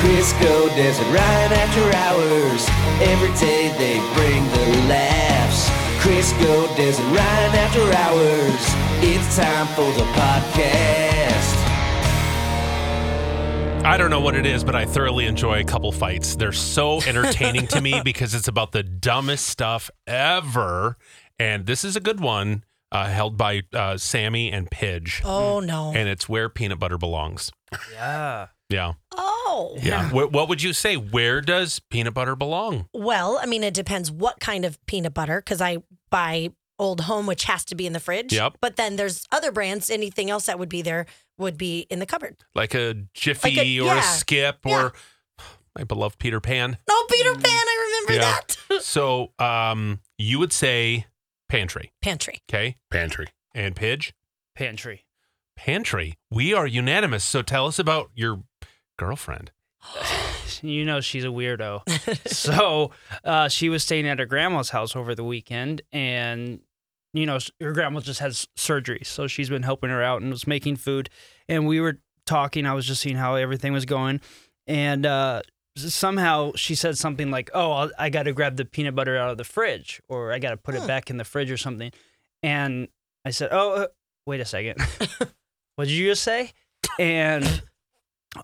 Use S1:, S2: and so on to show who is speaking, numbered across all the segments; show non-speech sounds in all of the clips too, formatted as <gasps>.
S1: Crisco Desert Ryan after hours. Every day they bring the laughs. Crisco Desert Ryan after hours. It's time for the podcast.
S2: I don't know what it is, but I thoroughly enjoy a couple fights. They're so entertaining to
S3: <laughs>
S2: me because it's about the dumbest stuff ever. And this is a good one uh, held by uh, Sammy and Pidge.
S3: Oh no.
S2: Mm. And it's where peanut butter belongs.
S4: Yeah.
S2: Yeah.
S3: oh.
S2: Yeah. Wh- what would you say? Where does peanut butter belong?
S3: Well, I mean, it depends what kind of peanut butter, because I buy Old Home, which has to be in the fridge.
S2: Yep.
S3: But then there's other brands. Anything else that would be there would be in the cupboard.
S2: Like a Jiffy
S3: Like a-
S2: or
S3: yeah.
S2: a Skip or <sighs> my beloved Peter
S3: <laughs>
S2: Pan.
S3: No, Peter Pan. I remember
S2: Yeah. <laughs>
S3: that.
S2: So um, you would say pantry.
S3: Pantry.
S2: Okay. Pantry. And Pidge?
S4: Pantry.
S2: Pantry. We are unanimous. So tell us about your girlfriend.
S4: You know she's a weirdo. so uh, she was staying at her grandma's house over the weekend, and you know s- her grandma just has surgery, so she's been helping her out and was making food. And we were talking. I was just seeing how everything was going, and uh, s- somehow she said something like, "Oh, I'll, I got to grab the peanut butter out of the fridge, or I got to put it back in the fridge, or something." And I said, "Oh, uh, wait a second. what did you just say?" And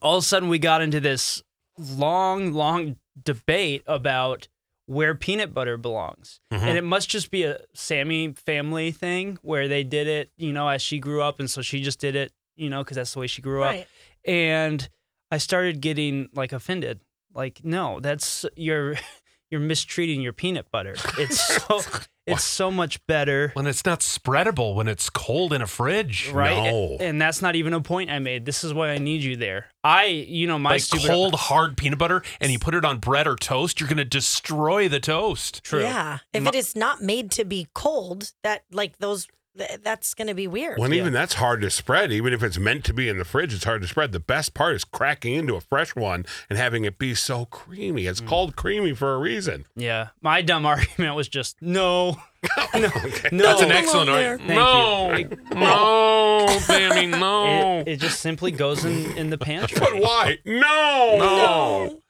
S4: all of a sudden, we got into this long, long debate about where peanut butter belongs. And it must just be a Sammy family thing where they did it, you know, as she grew up. And so she just did it, you know, because that's the way she grew
S3: Right.
S4: up. And I started getting like offended. Like, no, that's you're <laughs> you're mistreating your peanut butter. It's so it's so much better.
S2: When it's not spreadable, when it's cold in a fridge.
S4: Right.
S2: No.
S4: And that's not even a point I made. This is why I need you there. I, you know, my
S2: like
S4: stupid
S2: cold, hard peanut butter, and you put it on bread or toast, you're going to destroy the toast.
S4: <laughs> True.
S3: Yeah. If it is not made to be cold, that like those, th- that's going to be weird.
S5: When even that's hard to spread, even if it's meant to be in the fridge, it's hard to spread. The best part is cracking into a fresh one and having it be so creamy. It's called creamy for a reason.
S4: Yeah, my dumb <laughs> argument was just no, no, no.
S2: That's an
S3: Hello
S2: excellent
S3: there. Oh.
S2: argument. No.
S3: <laughs>
S2: No, Sammy, no.
S4: It, it just simply goes in in the pantry.
S5: <laughs> But why? No.
S2: no.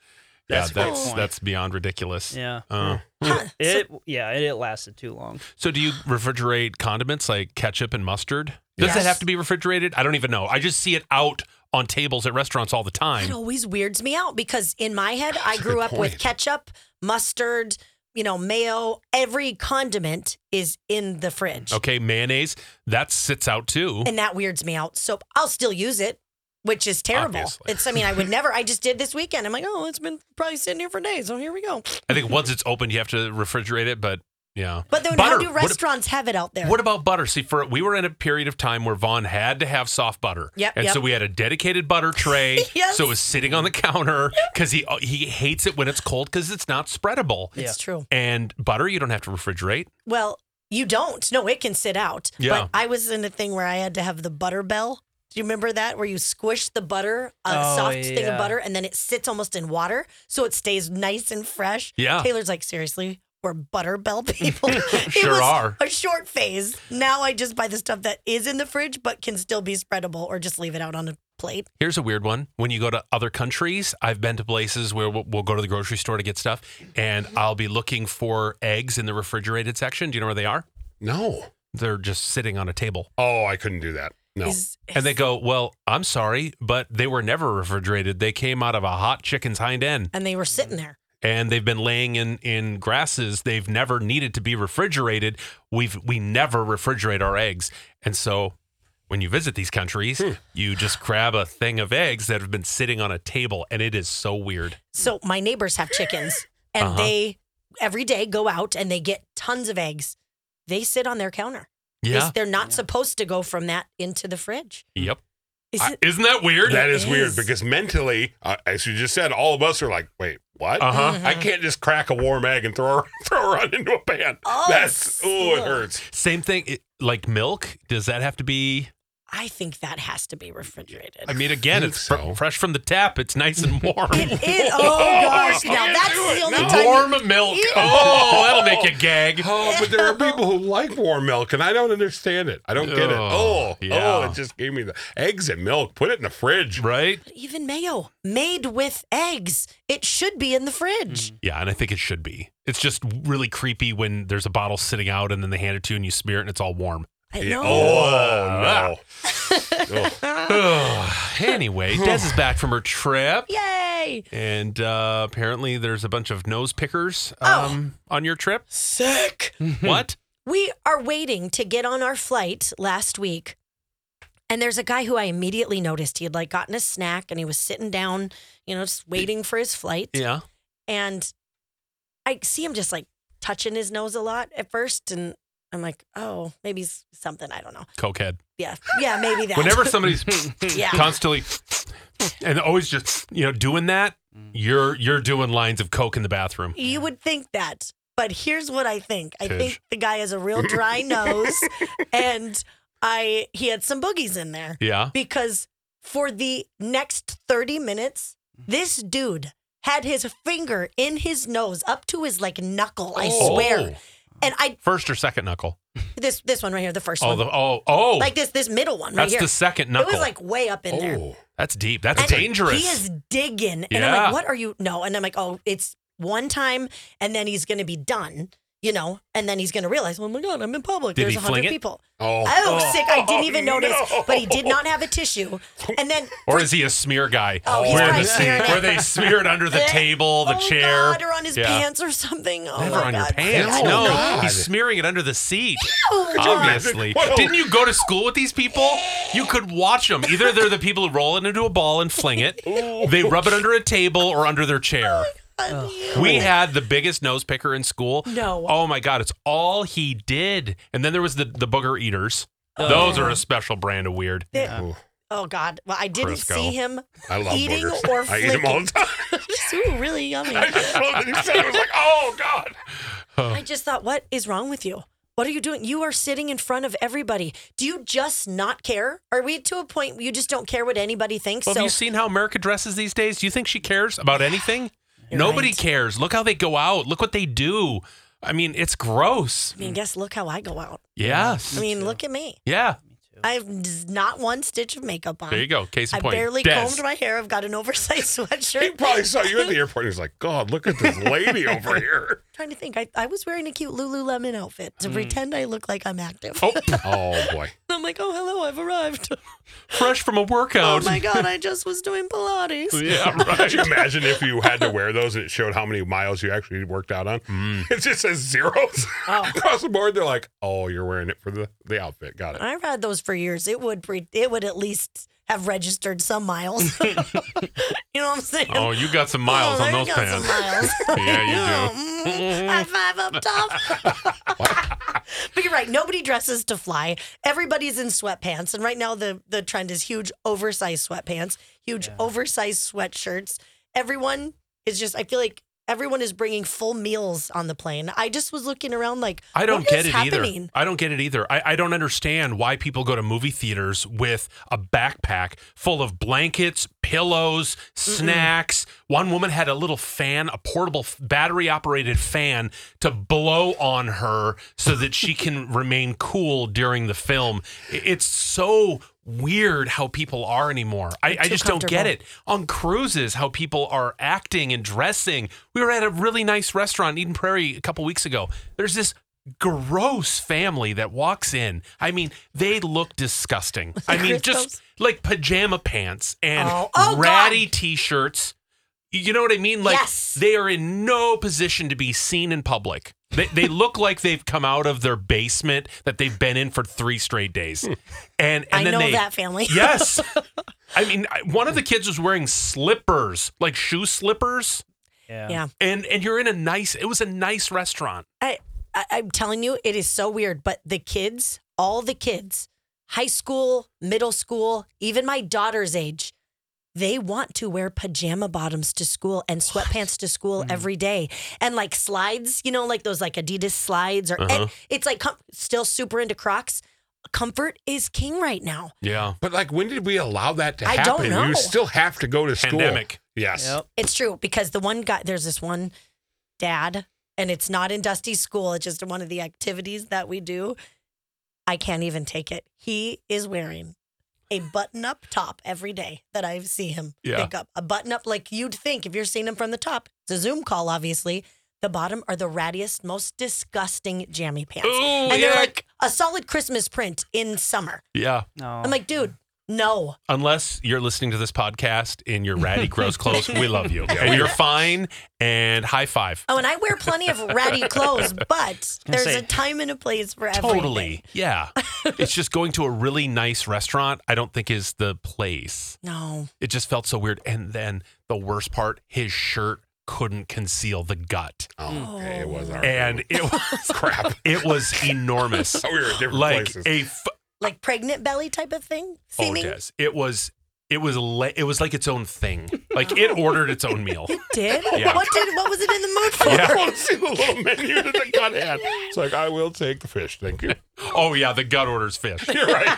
S2: Yeah,
S4: That's a good
S2: that's
S4: point.
S2: that's beyond ridiculous.
S4: Yeah.
S2: Uh,
S3: Huh.
S4: It yeah, it, it lasted too long.
S2: so, do you refrigerate condiments like ketchup and mustard? Does
S3: Yes.
S2: that have to be refrigerated? I don't even know. I just see it out on tables at restaurants all the
S3: That
S2: time.
S3: always weirds me out because in
S2: <sighs>
S3: my head, I
S5: a
S3: grew
S5: good
S3: up with
S5: point.
S3: ketchup, mustard, you know, mayo. Every condiment is in the fridge.
S2: Okay, mayonnaise that sits out too.
S3: And that weirds me out. So I'll still use it, which is terrible.
S2: Obviously.
S3: It's, I mean,
S2: <laughs>
S3: I would never, I just did this weekend. I'm like, oh, it's been probably sitting here for days. So here we go.
S2: I think once it's opened, you have to refrigerate it. But yeah,
S3: But then
S2: Butter.
S3: how do
S2: What ab-
S3: restaurants have it out there?
S2: What about butter? See, for we were in a period of time where Vaughn had to have soft butter.
S3: Yep,
S2: And
S3: yep.
S2: so we had a dedicated butter tray.
S3: <laughs> Yes.
S2: So it was sitting on the counter because he uh, he hates it when it's cold because it's not spreadable.
S4: Yeah.
S3: It's true.
S2: And butter, you don't have to refrigerate.
S3: Well, you don't. No, it can sit out.
S2: Yeah.
S3: But I was in a thing where I had to have the butter bell. Do you remember that? Where you squish the butter, a
S4: Oh,
S3: soft thing of
S4: yeah.
S3: butter, and then it sits almost in water so it stays nice and fresh.
S2: Yeah.
S3: Taylor's like, seriously, we're butter
S2: <laughs>
S3: bell <laughs> people. It
S2: Sure
S3: was
S2: are.
S3: A short phase. Now I just buy the stuff that is in the fridge but can still be spreadable or just leave it out on a plate.
S2: Here's a weird one. When you go to other countries, I've been to places where we'll, we'll go to the grocery store to get stuff, and I'll be looking for eggs in the refrigerated section. Do you know where they are?
S5: No.
S2: They're just sitting on a table.
S5: Oh, I couldn't do that. No.
S3: Is-
S2: And they go, Well, I'm sorry, but they were never refrigerated. They came out of a hot chicken's hind end.
S3: and they were sitting there.
S2: and they've been laying in in grasses. They've never needed to be refrigerated. We've we never refrigerate our eggs, and so when you visit these countries, you just grab a thing of eggs that have been sitting on a table, and it is so weird.
S3: So my neighbors have chickens, and
S2: Uh-huh.
S3: they every day go out and they get tons of eggs. They sit on their counter. They-
S2: Yeah.
S3: They're not supposed to go from that into the fridge.
S2: Yep.
S3: Is
S2: I-
S3: it-
S2: Isn't that weird?
S5: That
S3: It
S5: is weird
S3: is.
S5: because mentally, uh, as you just said, all of us are like, wait, what?
S2: Uh-huh.
S5: I can't just crack a warm egg and throw her, <laughs> throw her on into a pan.
S3: Oh,
S5: That's, oh, it
S3: sure.
S5: hurts.
S2: Same thing, it- like milk. Does that have to be?
S3: I think that has to be refrigerated.
S2: I mean, again,
S5: think
S2: it's fr-
S5: so.
S2: fresh from the tap. It's nice and warm.
S3: <laughs> it
S5: <laughs>
S3: is. Oh gosh,
S5: I
S3: now
S5: can't
S3: that's
S5: do it.
S3: the only
S5: No.
S3: time.
S2: warm milk. Oh, that'll make you
S3: <laughs>
S2: gag.
S5: Oh, but there are people who like warm milk, and I don't understand it. I don't get it.
S2: Oh,
S5: Oh,
S2: yeah.
S5: oh, it just gave me the eggs and milk. Put it in the fridge.
S2: Right?
S3: even mayo made with eggs. It should be in the fridge.
S2: Yeah, and I think it should be. It's just really creepy when there's a bottle sitting out and then they hand it to you and you smear it and it's all warm.
S3: I
S5: Yeah.
S3: know.
S5: Oh,
S3: <laughs>
S5: no. Oh.
S2: Ugh. <sighs>
S3: <sighs>
S2: anyway, Des is back from her trip.
S3: Yay!
S2: And uh, apparently there's a bunch of nose pickers
S3: Oh.
S2: um, on your trip.
S3: <laughs> Sick.
S2: What?
S3: We are waiting to get on our flight last week. And there's a guy who I immediately noticed. He had like gotten a snack and he was sitting down, you know, just waiting for his flight.
S2: Yeah.
S3: And I see him just like touching his nose a lot at first. And I'm like, oh, maybe s- something. I don't know.
S2: Cokehead.
S3: Yeah. Yeah, maybe that. <laughs>
S2: Whenever somebody's
S3: Yeah.
S2: constantly and always just, you know, doing that,
S3: Mm.
S2: you're you're doing lines of coke in the bathroom.
S3: You would think that, but here's what I think. I
S2: Tish.
S3: think the guy has a real
S2: <laughs>
S3: dry nose, and I he had some boogies in there
S2: Yeah.
S3: because for the next thirty minutes, this dude had his finger in his nose up to his like knuckle. I
S2: Oh.
S3: swear, and I
S2: First or second knuckle?
S3: this this one right here, the first
S2: Oh,
S3: one,
S2: the, oh, oh.
S3: like this this middle one right
S2: that's
S3: here.
S2: the second
S3: it
S2: knuckle.
S3: was like way up in there.
S5: Oh.
S2: that's deep. That's
S3: And
S2: dangerous.
S3: He is digging. And I'm
S2: Yeah.
S3: like, what are you? No. And I'm like, oh, it's one time and then he's going to be done, you know? And then he's going to realize, oh my God, I'm in public.
S2: Did
S3: There's
S2: he
S3: There's 100
S2: fling it?
S3: people.
S5: Oh.
S3: Oh, sick. I didn't even
S5: Oh,
S3: notice.
S5: no.
S3: But he did not have
S2: <laughs>
S3: a tissue. And then.
S2: or is he a smear guy?
S3: Oh, he's
S2: where,
S3: probably
S2: the-
S3: smearing it.
S2: where they smear it
S3: <laughs>
S2: under the table, the
S3: oh
S2: chair.
S3: God, or on his
S2: Yeah.
S3: pants or something. Oh
S2: Never
S3: my
S2: on your
S3: God.
S2: pants.
S5: Oh,
S2: No,
S5: God.
S2: he's smearing it under the seat.
S3: <laughs> Oh,
S2: Obviously,
S5: Whoa.
S2: didn't you go to school with these people? You could watch them. Either they're the people who roll it into a ball and fling
S3: <laughs>
S2: it, they rub it under a table or under their
S3: Oh,
S2: chair.
S3: God.
S2: We had the biggest nose picker in school.
S3: No.
S2: Oh my God, it's all he did. And then there was the the booger eaters. Those are a special brand of weird.
S3: Oh, God. Well, I didn't
S2: Crisco.
S3: see him
S5: I love
S3: eating
S2: <laughs>
S5: boogers.
S3: or
S5: I eat
S3: flicking.
S5: them all the time.
S3: <laughs> This- Ooh, really yummy.
S5: I just <laughs> love that you said it. I was like, oh, God.
S3: I just thought, what is wrong with you? What are you doing? You are sitting in front of everybody. Do you just not care? Are we to a point where you just don't care what anybody thinks?
S2: Well, have you seen how America dresses these days? Do you think she cares about
S3: <laughs>
S2: anything? Nobody
S3: right.
S2: cares. Look how they go out. Look what they do. I mean, it's gross.
S3: I mean, guess look how I go out.
S2: Yes.
S3: I mean, look at me.
S2: yeah.
S3: I have not one stitch of makeup on.
S2: There you go. Case in
S3: I
S2: point.
S3: barely
S2: Des.
S3: combed my hair. I've got an oversized <laughs>
S5: He
S3: sweatshirt.
S5: probably saw you at the airport. and He's like, God, look at this lady over here.
S3: trying to think. I, I was wearing a cute Lululemon outfit to pretend I look like I'm active.
S2: <laughs> Hmm. Oh,
S5: Oh, boy.
S3: I'm like, oh, hello, I've arrived.
S2: fresh from a
S3: oh
S2: workout. <laughs>
S3: my God, I just was doing Pilates.
S2: yeah,
S5: Could
S2: right.
S5: you imagine if you had to wear those and it showed how many miles you actually worked out on?
S2: Mm.
S5: It just says zeros
S2: Oh.
S5: <laughs> across the board. They're like, oh, you're wearing it for the, the outfit. Got it.
S3: I've had those for years. It would pre- it would at least have registered some miles. <laughs> you know what I'm saying?
S2: Oh, you got some miles
S3: Oh,
S2: on
S3: there
S2: those
S3: you go, some
S2: pants.
S3: miles.
S2: <laughs> Yeah,
S3: Oh, <laughs> mm, high five up top. <laughs> but you're right. Nobody dresses to fly. Everybody's in sweatpants, and right now the the trend is huge oversized sweatpants, huge oversized sweatshirts. Everyone is just. I feel like. Everyone is bringing full meals on the plane. I just was looking around like
S2: I don't
S3: what
S2: get
S3: is
S2: it
S3: happening?
S2: either. I don't get it either. I, I don't understand why people go to movie theaters with a backpack full of blankets, pillows, snacks. One woman had a little fan, a portable battery operated fan to blow on her so that
S3: <laughs>
S2: she can remain cool during the film. I- It's so weird how people are anymore. I, I
S3: Too
S2: just don't get
S3: comfortable.
S2: it. On cruises, how people are acting and dressing. We were at a really nice restaurant in Eden Prairie a couple weeks ago. There's this gross family that walks in. I mean, they look
S3: <laughs>
S2: disgusting. I mean, just
S3: Christos?
S2: like pajama pants and
S3: Oh. Oh, God.
S2: ratty t-shirts. You know what I mean? Like
S3: Yes.
S2: they are in no position to be seen in public. They, they look like they've come out of their basement that they've been in for three straight
S3: <laughs>
S2: days. And, and
S3: I
S2: then
S3: know
S2: they,
S3: that family.
S2: <laughs> Yes. I mean, I- one of the kids was wearing slippers, like shoe slippers,
S4: Yeah.
S3: <laughs> Yeah.
S2: and and you're in a nice. It was a nice restaurant.
S3: I, I I'm telling you, it is so weird. But the kids, all the kids, high school, middle school, even my daughter's age, they want to wear pajama bottoms to school and sweatpants to school every day and like slides, you know, like those like Adidas slides or and it's like com- still super into Crocs. Comfort is king right now.
S2: Yeah.
S5: But like, when did we allow that to
S3: I
S5: happen?
S3: don't know.
S5: You still have to go to school.
S2: Pandemic.
S5: Yes.
S4: Yep.
S3: It's true because the one guy, there's this one dad, and it's not in Dusty's school. It's just one of the activities that we do. I can't even take it. He is wearing a button up top every day that I see him
S2: Yeah.
S3: pick up. A button up, like you'd think if you're seeing him from the top. It's a Zoom call, obviously. The bottom are the rattiest, most disgusting jammy pants.
S2: Ooh,
S3: and they're
S2: yuck.
S3: like a solid Christmas print in summer.
S2: Yeah.
S4: No.
S3: I'm like, dude, no.
S2: Unless you're listening to this podcast in your
S5: <laughs>
S2: ratty, gross clothes, we love you. And you're fine. And high five.
S3: Oh, and I wear plenty of
S2: <laughs>
S3: ratty clothes, but
S4: gonna
S3: there's
S4: say-
S3: a time and a place for everything.
S2: Totally.
S5: <laughs>
S2: Yeah. it's just going to a really nice restaurant, I don't think is the place.
S3: No.
S2: It just felt so weird. And then the worst part, his shirt couldn't conceal the gut.
S5: Oh, okay, it was our
S2: And it was
S5: <laughs> crap.
S2: <laughs> it was enormous.
S5: <laughs> we were at different
S2: Like
S5: places.
S2: a f-
S3: Like pregnant belly type of thing?
S2: oh,
S3: Seeming?
S2: Des, it was it was le- it was like its own thing. Like it
S5: <laughs>
S2: ordered its own meal.
S3: Did?
S2: <laughs> Yeah.
S3: What did what was it in the mood for?
S5: <laughs> I want to see the little menu that the gut had. It's like, I will take the fish. Thank you.
S2: Oh yeah, the gut orders fish.
S5: You're right.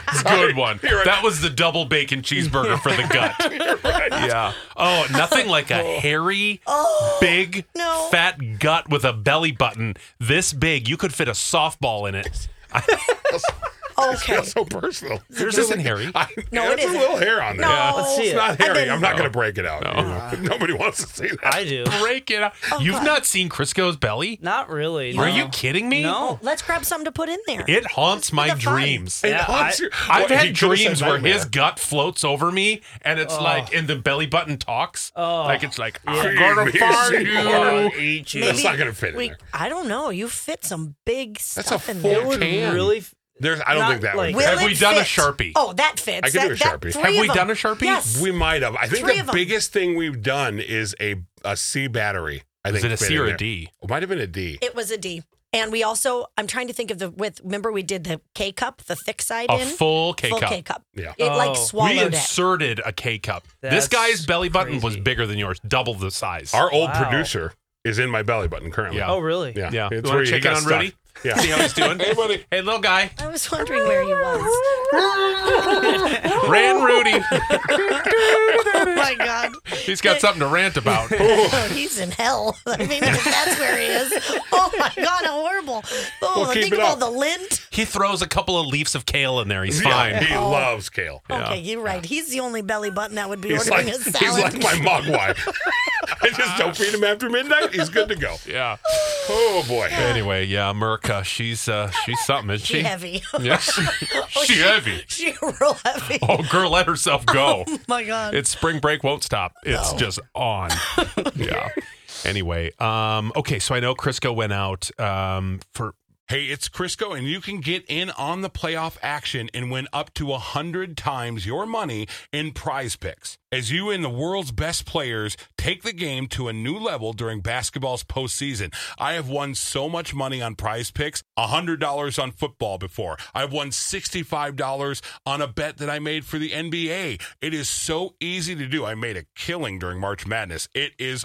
S2: <laughs>
S5: Sorry.
S2: Good one.
S5: You're right.
S2: That was the double bacon cheeseburger for the gut.
S5: <laughs> You're right.
S2: Yeah. Oh, nothing like a hairy,
S5: Oh,
S2: big,
S3: no.
S2: fat gut with a belly button this big. You could fit a softball in it.
S5: <laughs>
S3: <laughs> Okay.
S5: That's so personal.
S2: Yours isn't hairy.
S5: <laughs> I,
S3: No,
S5: yeah,
S3: it
S5: it's
S3: isn't.
S5: a little hair on there.
S3: No. Yeah. Let's
S4: see
S5: it's
S4: it.
S5: not
S3: I
S5: hairy.
S3: didn't-
S5: I'm not going to break it out. you know? <laughs> Nobody wants to see that.
S4: I do.
S2: Break it up.
S5: Oh,
S2: You've not seen Crisco's belly?
S4: Not really.
S2: Are
S4: no.
S2: you kidding me?
S4: No.
S3: Let's grab something to put in there.
S2: It haunts my
S3: the fun.
S2: dreams.
S5: It
S4: Yeah,
S5: haunts
S4: I-
S5: you.
S2: I've
S5: Well, he
S2: had
S5: could've said
S2: dreams where
S5: nightmare. Oh.
S2: his gut floats over me, and it's like, and the belly button talks.
S4: Oh.
S2: Like it's like,
S5: Feed
S2: I'm gonna
S5: me,
S2: farm
S5: Seymour.
S2: you.
S4: eat you.
S5: That's not going to fit in
S3: we,
S5: there.
S3: I don't know. You fit some big
S5: That's a
S3: stuff in
S5: full
S3: there.
S4: It would
S5: Can.
S4: really. f-
S5: There's, I don't
S4: Not
S5: think that
S4: like-
S5: would.
S3: Will
S2: Have
S3: it
S2: we done a
S3: fit?
S2: Sharpie?
S3: Oh, that fits.
S5: I can do
S3: That-
S5: a
S3: that-
S5: Sharpie.
S3: three
S2: Have we
S3: of 'em.
S2: done a Sharpie?
S3: Yes.
S5: We might have. I think
S3: Three of
S5: the
S3: 'em.
S5: biggest thing we've done is a a C battery. I
S2: Is
S5: think
S2: it a
S5: fit
S2: C
S5: in
S2: or a
S5: there.
S2: D?
S5: It might have been a D.
S3: it was a D. And we also, I'm trying to think of the width. Remember, we did the K cup, the thick side
S2: A
S3: in?
S2: full K
S3: Full
S2: cup.
S3: K cup.
S5: Yeah.
S3: It
S4: Oh.
S3: like
S4: We
S3: swallowed
S2: we
S3: it.
S2: inserted a K cup. This
S4: That's
S2: guy's belly button was
S4: crazy.
S2: bigger than yours, double the size.
S5: Our old
S4: Wow.
S5: producer is in my belly button currently.
S2: Yeah.
S4: Oh, really?
S5: Yeah.
S2: Yeah. You
S5: It's
S2: wanna
S5: where he
S2: check in
S5: got
S2: on
S5: stuck.
S2: Rudy?
S5: Yeah.
S2: <laughs> See how he's doing? hey, buddy. Hey, little guy.
S3: I was wondering where he was.
S2: Ran Rudy. <laughs>
S3: Oh my God.
S2: He's got something to rant about.
S3: Oh, he's in hell. <laughs> I mean, if that's where he is. Oh my God, how horrible. Oh,
S5: Well, keep
S3: think
S5: it
S3: of all
S5: up.
S3: the lint.
S2: He throws a couple of leaves of kale in there. He's
S5: Yeah,
S2: fine.
S5: He loves kale.
S3: Okay, you're right. He's the only belly button that would be
S5: He's like,
S3: ordering a
S5: <laughs> he's
S3: salad.
S5: like my mogwai. I just don't feed him after midnight. He's good to go.
S2: Yeah.
S5: Oh boy.
S2: Anyway, yeah, Merca, she's uh she's something, isn't
S3: <laughs> she
S2: she?
S3: heavy. <laughs>
S2: Yeah, she, <laughs> she heavy.
S3: she real heavy. Oh
S2: Oh, girl, let herself go.
S3: my God.
S2: It's spring break won't stop. It's just on. yeah. Anyway, um, okay, so I know Crisco went out um for
S5: Hey, it's Crisco, and you can get in on the playoff action and win up to 100 times your money in prize picks. As you and the world's best players take the game to a new level during basketball's postseason, I have won so much money on prize picks $100 on football before. I've won $65 on a bet that I made for the NBA. It is so easy to do. I made a killing during March Madness. It is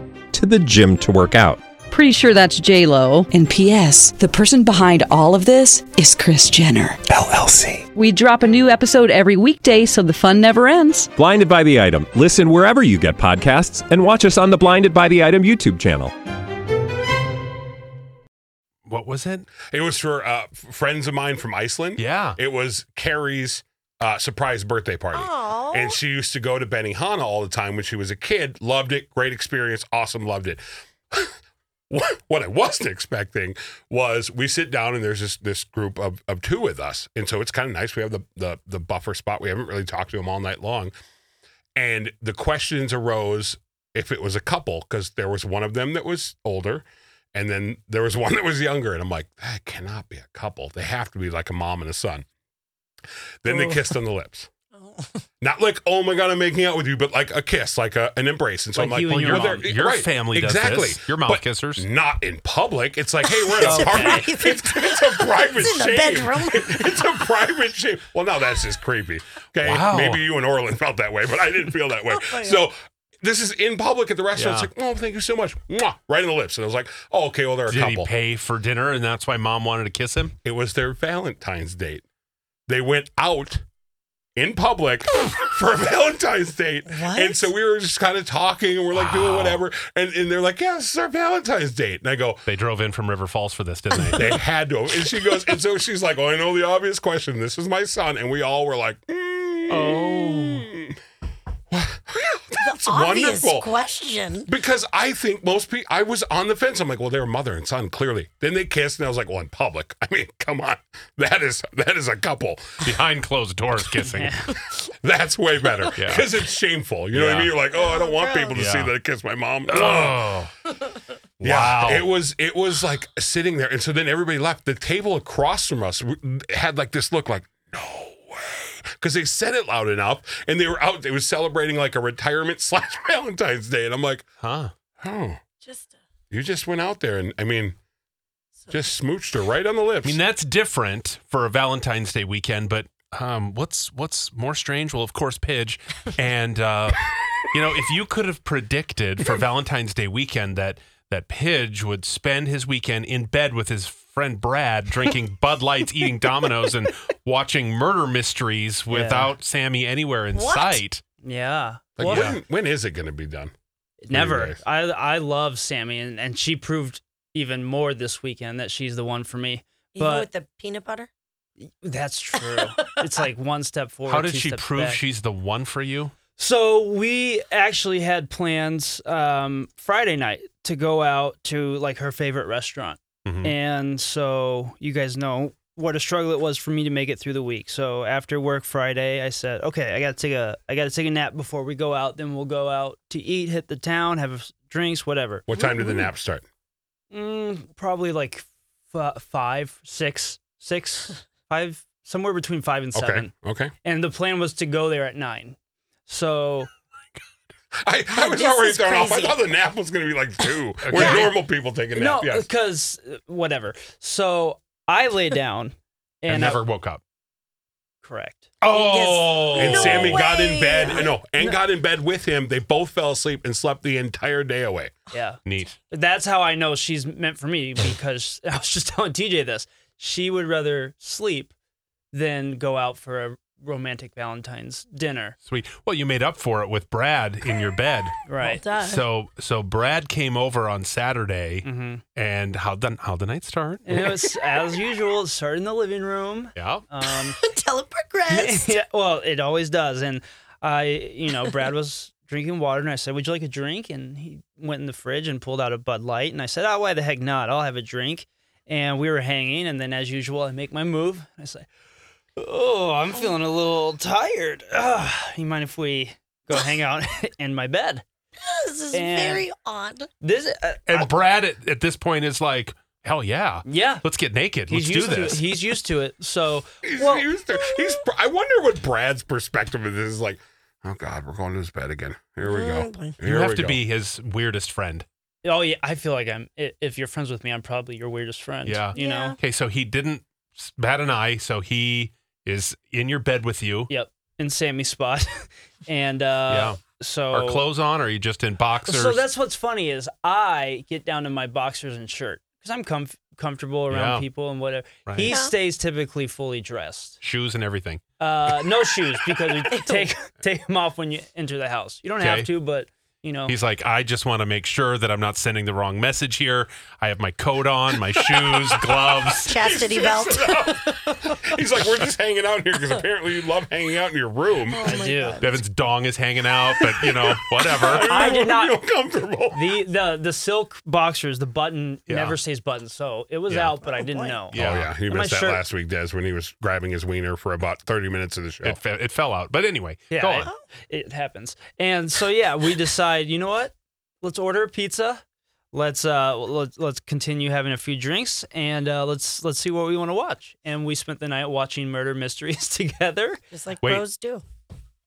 S6: to the gym to work out.
S7: Pretty sure that's J Lo.
S8: And P.S. The person behind all of this is Chris Jenner
S6: LLC.
S7: We drop a new episode every weekday, so the fun never ends.
S6: Blinded by the Item. Listen wherever you get podcasts and watch us on the Blinded by the Item YouTube channel.
S2: What was it?
S5: It was for uh, f- friends of mine from Iceland.
S2: Yeah.
S5: It was Carrie's uh, surprise birthday party.
S3: Aw.
S5: And she used to go to Benihana all the time when she was a kid. Loved it. Great experience. Awesome. Loved it. <laughs> what, what I wasn't expecting was we sit down and there's this this group of, of two with us. And so it's kind of nice. We have the, the the buffer spot. We haven't really talked to them all night long. And the questions arose if it was a couple, because there was one of them that was older and then there was <laughs> one that was younger. And I'm like, that cannot be a couple. They have to be like a mom and a son. Then
S3: Oh.
S5: they kissed on
S3: <laughs>
S5: the lips. Not like, oh my God, I'm making out with you, but like a kiss, like a, an embrace. And so
S4: Like
S5: I'm
S4: you
S5: like,
S4: and your
S5: well,
S2: mom.
S5: they're-
S2: Your family does
S5: exactly.
S2: this. Your mouth
S5: But
S2: kissers.
S5: Not in public. It's like, hey, we're
S2: <laughs>
S5: in
S3: It's
S5: a
S3: a
S5: party.
S3: private-
S5: It's, it's a private
S3: It's in the
S5: shave.
S3: bedroom.
S5: <laughs> it's a private shave. Well, now that's just creepy. Okay.
S2: Wow.
S5: Maybe you and Orlin felt that way, but I didn't feel that way.
S3: my
S5: so this is in public at the restaurant.
S2: Yeah.
S5: It's like, oh, thank you so much. Mwah, right in the lips. And I was like, oh, okay, well, they're a
S2: Did
S5: couple.
S2: he pay for dinner and that's why mom wanted to kiss him?
S5: It was their Valentine's date. They went out in public <laughs> for a Valentine's date.
S3: What?
S5: And so we were just kind of talking and we're like doing
S2: Wow.
S5: whatever. And, and they're like, yeah, this is our Valentine's date. And I go,
S2: They drove in from River Falls for this, didn't
S5: <laughs>
S2: they?
S5: they had to. have." And she goes, and so she's like, oh, I know the obvious question. This is my son. And we all were like, "Mm." oh. That's
S3: Obvious
S5: wonderful.
S3: question.
S5: Because I think most people, I was on the fence. I'm like, well, they were mother and son, clearly. Then they kissed, and I was like, well, in public. <laughs> I mean, come on, that is that is a couple.
S2: Behind closed doors kissing.
S5: That's way better
S2: Yeah.
S5: because it's shameful. You know what I
S2: Yeah.
S5: mean? You're like, oh, I don't want
S3: gross.
S5: people to
S2: Yeah.
S5: see that I kissed my mom.
S2: Oh.
S5: Yeah,
S2: Wow.
S5: it was it was like sitting there, and so then everybody left. The table across from us w- had like this look, like no way, because they said it loud enough, and they were out. They was celebrating like a retirement <laughs> slash Valentine's Day, and I'm like,
S2: Huh.
S5: oh.
S3: Just
S5: You just went out there and I mean, just smooched her right on the lips.
S2: I mean, that's different for a Valentine's Day weekend, but um, what's what's more strange? Well, of course, Pidge. And uh, you know, if you could have predicted for Valentine's Day weekend that that Pidge would spend his weekend in bed with his friend Brad, drinking Bud Lights, eating Dominoes, and watching murder mysteries without Sammy anywhere in
S3: What?
S2: sight.
S4: Yeah.
S5: like,
S4: Well,
S5: when, when is it going to be done?
S4: Never.
S5: nice.
S4: I I love Sammy, and, and she proved even more this weekend that she's the one for me.
S3: even
S4: But-
S3: with the peanut butter.
S4: That's true.
S2: <laughs>
S4: it's like one step forward.
S2: How did
S4: two
S2: she
S4: steps
S2: prove
S4: back.
S2: she's the one for you?
S4: So we actually had plans um, Friday night to go out to like her favorite restaurant,
S2: Mhm.
S4: and so you guys know what a struggle it was for me to make it through the week. So after work Friday, I said, "Okay, I gotta take a I gotta take a nap before we go out. Then we'll go out to eat, hit the town, have s- drinks, whatever."
S5: What time did
S4: Mm-hmm.
S5: the nap start?
S4: Mm, probably like f- five, six, six, five, somewhere between five and seven.
S5: Okay. Okay.
S4: And the plan was to go there at nine. So
S5: I, I was
S3: This
S5: already
S3: is
S5: thrown off. I
S3: crazy.
S5: thought the nap was going to be like
S4: <laughs>
S5: two.
S2: Okay.
S5: Where
S4: Yeah.
S5: normal people take a
S4: no,
S5: nap. yes.
S4: because uh, whatever. So I lay down and
S2: And
S4: I-
S2: never woke up.
S4: correct.
S2: Oh,
S5: And
S3: No
S5: Sammy got
S3: way.
S5: in bed. No, and got in bed with him. They both fell asleep and slept the entire day away.
S4: Yeah.
S2: neat.
S4: That's how I know she's meant for me because <laughs> I was just telling TJ this. She would rather sleep than go out for a romantic Valentine's dinner.
S2: Sweet. Well, you made up for it with Brad in your bed.
S4: Right.
S3: <laughs> Well done.
S2: So so Brad came over on Saturday,
S4: mm-hmm.
S2: and how the how the night start?
S4: And it was as usual, it started in the living room.
S2: Yeah,
S4: Um,
S3: Until it progressed.
S4: <laughs> yeah, well, it always does. And I, you know, Brad
S2: <laughs>
S4: was drinking water, and I said, "Would you like a drink?" And he went in the fridge and pulled out a Bud Light, and I said, "Oh, why the heck not? I'll have a drink." And we were hanging, and then as usual, I make my move. I say, "Oh, I'm feeling a little tired. Ugh, you mind if we
S2: <laughs>
S4: go hang out <laughs> in my bed?"
S3: this is
S4: And-
S3: very odd.
S4: This, uh,
S2: and Brad at, at this point is like, hell yeah,
S4: yeah,
S2: let's get naked,
S4: he's
S2: let's do
S4: used
S2: this.
S4: to it. He's used to it. So,
S5: He's
S4: well,
S5: used to. He's. I wonder what Brad's perspective of this is like. Oh God, we're going to his bed again. Here we go.
S3: Oh, boy.
S5: Here
S2: you have
S5: we
S2: to
S5: go.
S2: be his weirdest friend.
S4: Oh yeah, I feel like I'm. i- If you're friends with me, I'm probably your weirdest friend.
S2: Yeah.
S4: You know.
S2: Okay, so he didn't s- bat an eye, so he is in your bed with you.
S4: Yep. In Sammy's spot, <laughs> and uh,
S2: Yeah.
S4: so
S2: Are clothes on? Or are you just in boxers?
S4: So that's what's funny is I get down to my boxers and shirt because I'm comf- comfortable around
S2: Yeah.
S4: people and whatever.
S2: Right.
S4: He
S2: Yeah.
S4: stays typically fully dressed.
S2: shoes and everything.
S4: Uh,
S2: <laughs>
S4: no shoes because we take take them off when you enter the house. You don't
S2: Okay.
S4: have to, but you know.
S2: He's like, I just want to make sure that I'm not sending the wrong message here. I have my coat on, my
S4: <laughs>
S2: shoes, gloves.
S3: Chastity belt.
S5: <laughs> He's like, we're just hanging out here because apparently you love hanging out in your room. <laughs>
S3: Oh
S4: I do.
S2: Devin's dong is hanging out, but you know,
S4: <laughs>
S2: whatever.
S4: I
S2: <laughs>
S4: did not.
S5: Real comfortable.
S4: The, the the silk boxers, the button
S2: Yeah.
S4: never stays buttoned, so it was
S2: Yeah.
S4: out, but I didn't know.
S5: Oh
S2: uh,
S5: yeah, he
S4: And my
S5: missed that
S4: shirt-
S5: last week, Des, when he was grabbing his wiener for about thirty minutes of the show.
S2: It, fe- it fell out. But anyway,
S4: Yeah,
S2: go
S4: it-
S2: on.
S4: It, happens. And so yeah, we decide, you know what? Let's order a pizza. Let's uh let's let's continue having a few drinks and uh, let's let's see what we want to watch. And we spent the night watching murder mysteries <laughs> together.
S3: Just like
S2: Wait.
S3: bros do.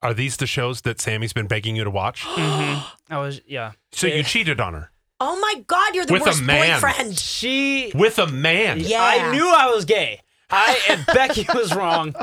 S2: Are these the shows that Sammy's been begging you to
S4: <gasps>
S2: watch?
S4: I was yeah.
S2: So you cheated on her
S3: Oh my God, you're the
S2: With a
S3: worst
S2: man.
S5: <laughs>
S3: boyfriend.
S4: She
S2: with a man.
S3: Yeah.
S4: I knew I was gay. I and Becky was wrong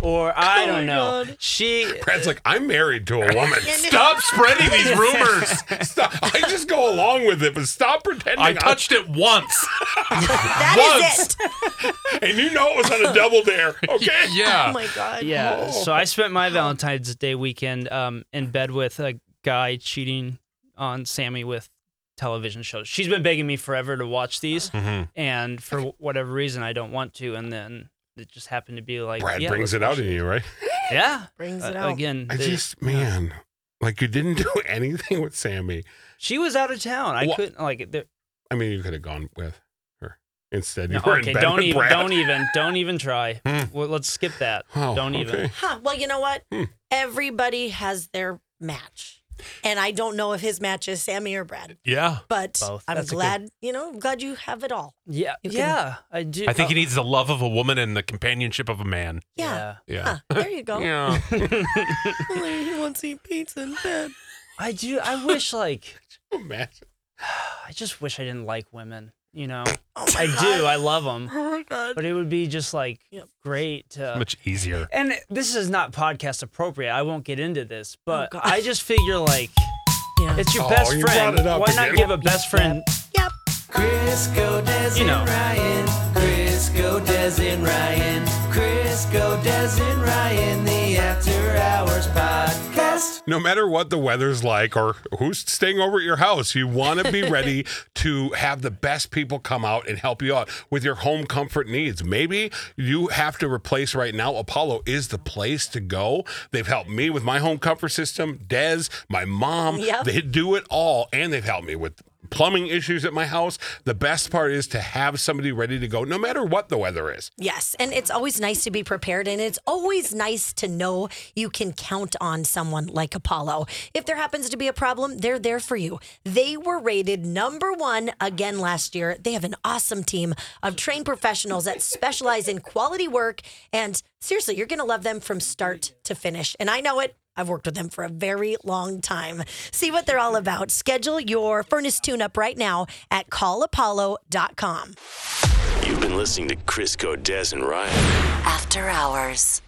S4: or I don't know. She
S5: Brad's like, I'm married to a woman.
S2: Stop spreading <laughs>
S4: <laughs>
S2: these rumors.
S5: stop. I just go along with it, but stop pretending.
S2: I touched it
S4: <laughs>
S2: once.
S3: That is it.
S5: I'm- and you know it was on a double dare. Okay.
S3: Oh
S4: <laughs>
S2: Yeah.
S3: <laughs> my God.
S4: Yeah. So I spent my Valentine's Day weekend um, in bed with a guy cheating on Sammy with television shows. She's been begging me forever to watch these,
S5: Mm-hmm.
S2: Mhm.
S4: and for wh- whatever reason, I don't want to. And then it just happened to be like
S5: Brad
S4: yeah,
S5: brings it out in you, right?
S4: Yeah.
S3: Brings
S4: Uh,
S3: it out.
S4: again.
S5: I
S4: the-
S5: just, man, like you didn't <laughs> do anything with Sammy.
S4: she was out of town. I
S5: Wha-
S4: couldn't like. there-
S5: I mean, you could have gone with her instead. You
S4: No,
S5: were
S4: okay,
S5: in bed
S4: don't
S5: with
S4: even,
S5: Brad.
S4: don't even, don't even try.
S5: <laughs> Hmm.
S4: Well, let's skip that.
S5: <laughs> Oh,
S4: don't even.
S5: okay.
S3: Huh. Well, you know what?
S5: Hmm.
S3: Everybody has their match. And I don't know if his match is Sammy or Brad,
S2: Yeah.
S3: but
S4: Both.
S3: I'm
S4: That's a good-
S3: glad, you know, I'm glad you have it all.
S4: Yeah,
S3: You can-
S4: yeah, I do.
S2: I think
S4: oh,
S2: he needs the love of a woman and the companionship of a man.
S3: Yeah.
S2: Yeah.
S3: Huh.
S4: <laughs>
S3: There you go. <laughs>
S5: Yeah.
S3: Only he wants to eat pizza in bed.
S4: I do. I wish like
S5: Imagine.
S4: I just wish I didn't like women. You know,
S3: Oh my
S4: I do. I love them,
S3: Oh my God.
S4: but it would be just like
S3: Yep.
S4: great to.
S2: Much easier.
S4: And this is not podcast appropriate. I won't get into this, but
S3: Oh God.
S4: I just figure like
S3: Yeah.
S4: it's your
S5: Oh,
S4: best
S5: you
S4: friend.
S5: brought it up
S4: Why
S5: again.
S4: not give a best friend?
S3: Yep.
S1: Crisco Des
S4: You know.
S1: and Ryan. Crisco Des and Ryan. Crisco Des and Ryan. The After Hours Podcast.
S5: No matter what the weather's like or who's staying over at your house, you want to be ready to have the best people come out and help you out with your home comfort needs. Maybe you have to replace right now. Apollo is the place to go. They've helped me with my home comfort system, Des, my mom.
S3: Yep.
S5: They do it all, and they've helped me with plumbing issues at my house. The best part is to have somebody ready to go no matter what the weather is.
S3: Yes. And it's always nice to be prepared. And it's always nice to know you can count on someone like Apollo. If there happens to be a problem, they're there for you. They were rated number one again last year. They have an awesome team of trained professionals that specialize in quality work. And seriously, you're going to love them from start to finish. And I know it. I've worked with them for a very long time. See what they're all about. Schedule your furnace tune up right now at callapollo.com.
S9: You've been listening to Chris Des and Ryan.
S10: After Hours.